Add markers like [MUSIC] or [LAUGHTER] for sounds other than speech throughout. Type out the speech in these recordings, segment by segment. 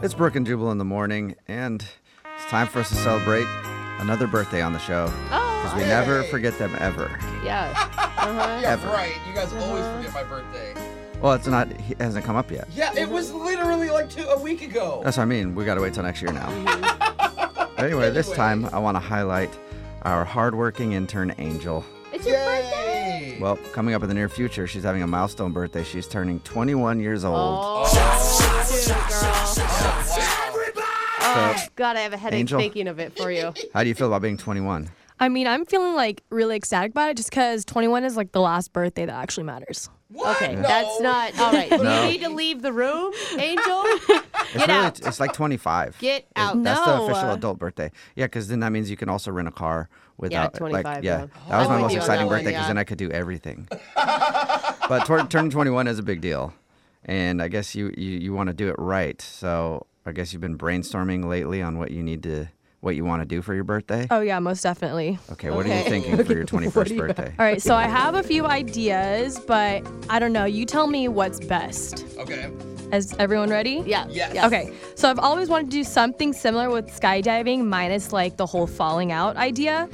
It's Brooke and Jubal in the morning, and it's time for us to celebrate another birthday on the show. Oh, We I- never Hey. forget them ever. yeah. Uh-huh. Yeah, [LAUGHS] Ever. Uh-huh. right. You guys always forget my birthday. Well, it's not, it hasn't come up yet. Yeah, it was literally like two a week ago. That's what I mean. We got to wait till next year now. But anyway, this Anyway. time I want to highlight our hardworking intern, Angel. It's your birthday. Yay! Well, coming up in the near future, she's having a milestone birthday. She's turning 21 years old. Oh, shoot, girl. So, Oh, God, I have a headache Angel. thinking of it for [LAUGHS] you. how do you feel about being 21? I mean, I'm feeling like really ecstatic about it just because 21 is like the last birthday that actually matters. What? Okay, No. that's not all right. No. You need to leave the [LAUGHS] room, Angel. It's Get really, out. It's like 25. Get It- out. That's the No. official adult birthday. Yeah, because then that means you can also rent a car without. 25, Like, yeah, yeah. that was I'm my with most you on exciting that one, birthday because yeah. then I could do everything. but tor- turning 21 is a big deal, and I guess you you, you want to do it right. So I guess you've been brainstorming lately on what you need to what you want to do for your birthday. Oh, yeah, most definitely. Okay, what are you Okay. thinking [LAUGHS] for your 21st birthday? All right, so I have a few ideas, but I don't know. You tell me what's best. Okay. Is everyone ready? Yeah. Yes. yeah. Okay, so I've always wanted to do something similar with skydiving, minus like the whole falling out [LAUGHS] idea.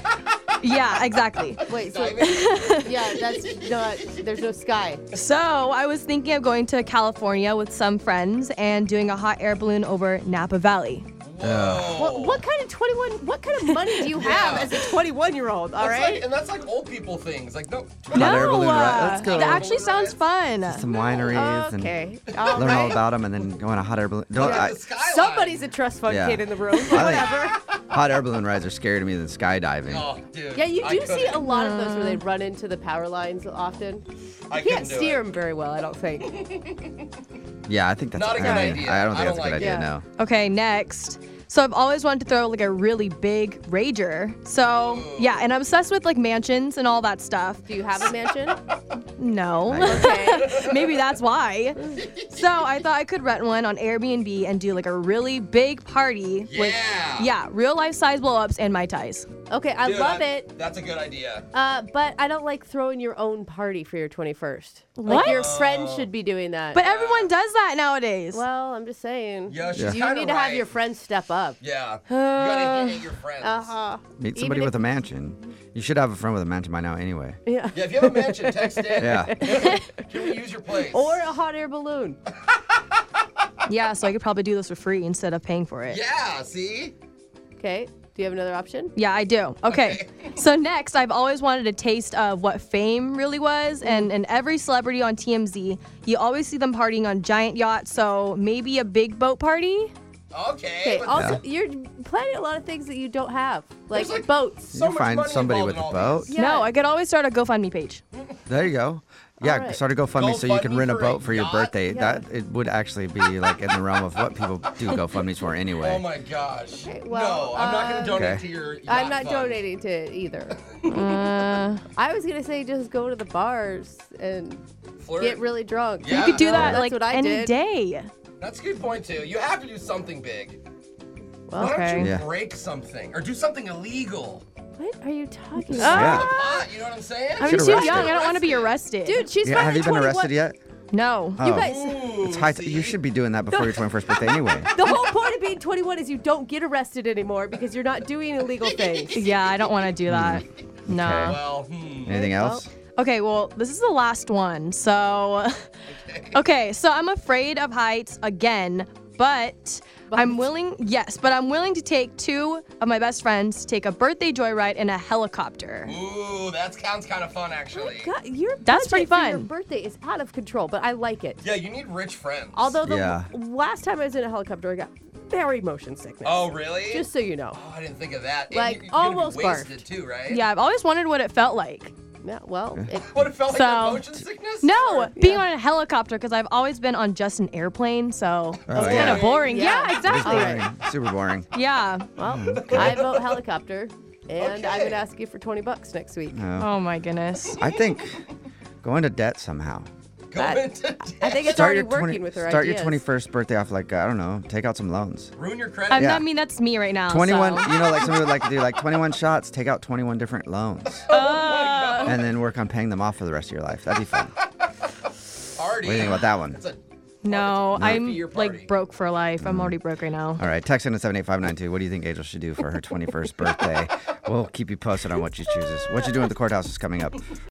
yeah, exactly. Wait. So [LAUGHS] yeah, that's not. There's no sky. So I was thinking of going to California with some friends and doing a hot air balloon over Napa Valley. Whoa. What, what kind of 21? What kind of money do you have Oh. [LAUGHS] Yeah. as a 21 year old? All That's right. like, and that's like old people things. Like no. Hot air balloon ride. uh, Let's go. That actually sounds fun. Some wineries okay. and All learn all right. about them, and then go on a hot air balloon. Don't, [LAUGHS] Look at I- the skyline. Somebody's a trust fund Yeah. kid in the room. but I think- Whatever. hot air balloon rides are scarier to me than skydiving. Oh, dude. Yeah, you I do see couldn't. a lot of those where they run into the power lines often. I You can't couldn't do steer it. them very well, I don't think. Yeah, I think that's Not a good I mean, idea. I don't think I that's a don't good like idea. it. No. Okay, next. So I've always wanted to throw like a really big rager. So yeah, and I'm obsessed with like mansions and all that stuff. Do you have a [LAUGHS] mansion? No, Like, Okay. [LAUGHS] maybe that's why. So I thought I could rent one on Airbnb and do like a really big party with Yeah. yeah, real life size blow ups and my ties. Okay, I Dude, love I- it. That's a good idea. Uh, but I don't like throwing your own party for your 21st. Like What? your friend Oh. should be doing that. But everyone does that nowadays. well, I'm just saying. Yeah, she's You kinda need to have right. your friends step up. Yeah. you gotta hit at your friends. Uh huh. meet somebody with a mansion. You should have a friend with a mansion by now, anyway. Yeah. Yeah. If you have a mansion, text in. [LAUGHS] [LAUGHS] Yeah. Can we use your place? Or a hot air balloon. yeah, so I could probably do this for free instead of paying for it. Yeah. See. Okay. Do you have another option? Yeah, I do. Okay. so next, I've always wanted a taste of what fame really was, and Mm. and every celebrity on TMZ, you always see them partying on giant yachts. So maybe a big boat party. Okay. Okay. but Also, you're planning a lot of things that you don't have, like, like- boats. you much find money somebody with involved a in all boat. these. Yeah. No, I could always start a GoFundMe page. There you go. Yeah, right. start a GoFundMe so you can GoFundMe rent a for a boat for your yacht? birthday. Yeah. That it would actually be like in the realm of what people [LAUGHS] do GoFundMe's for anyway. Oh my gosh. Okay, well, no, I'm not gonna um, donate Okay. to your. Yacht I'm not fund. donating to it either. Uh, I was gonna say just go to the bars and Flirt. get really drunk. Yeah. you could do No, that that's like what I any did. day. That's a good point too. You have to do something big. Well, Why don't you Yeah. break something or do something illegal? What are you talking Ah. about? Yeah. The pot, you know what I'm saying? I'm Should too arrest young. her. I don't want to be arrested. Dude, she's yeah, have finally you been 21. arrested yet? no. Oh, You guys, Ooh, it's high t- you see? should be doing that [LAUGHS] before your 21st birthday anyway. the whole point of being 21 is you don't get arrested anymore because you're not doing illegal things. [LAUGHS] yeah, I don't want to do that. Mm. No. Okay. Well, hmm. Anything else? Okay, well, this is the last [LAUGHS] one. So, okay, so I'm afraid of heights again, but I'm willing, yes, but I'm willing to take two of my best friends to take a birthday joyride in a helicopter. Ooh, that sounds kind of fun actually. Oh God, your That's budget pretty for Your fun. birthday is out of control, but I like it. Yeah, you need rich friends. Although the Yeah. last time I was in a helicopter, I got very motion sickness. Oh really? Just so you know. Oh, I didn't think of that. And Like, you, you're gonna almost be wasted barfed. too, right? Yeah, I've always wondered what it felt like. Yeah, well, it, What it felt like So- your motion sickness? No, Or- being on a helicopter because I've always been on just an airplane, so that's Oh, yeah. kind of boring. Yeah. Yeah, It is It's exactly. boring. Super boring. Yeah. [LAUGHS] well, I vote helicopter, and I'm Okay. gonna ask you for 20 bucks next week. Oh my goodness. I think go into debt somehow. Go that- into I think it's Start already your 20 working with her start ideas. your 21st birthday off like I don't know. Take out some loans. ruin your credit. I'm Yeah. not, I mean, that's me right now. 21 so- you know like somebody would like to do like 21 shots take out 21 different loans Oh and then work on paying them off for the rest of your life that'd be fun what Party. do you think about that one That's a No, Not I'm for your party. like broke for life. I'm already broke right now. All right, text in at 78592. What do you think Angel should do for her 21st birthday? We'll keep you posted on what she chooses. What you do at the courthouse is coming up.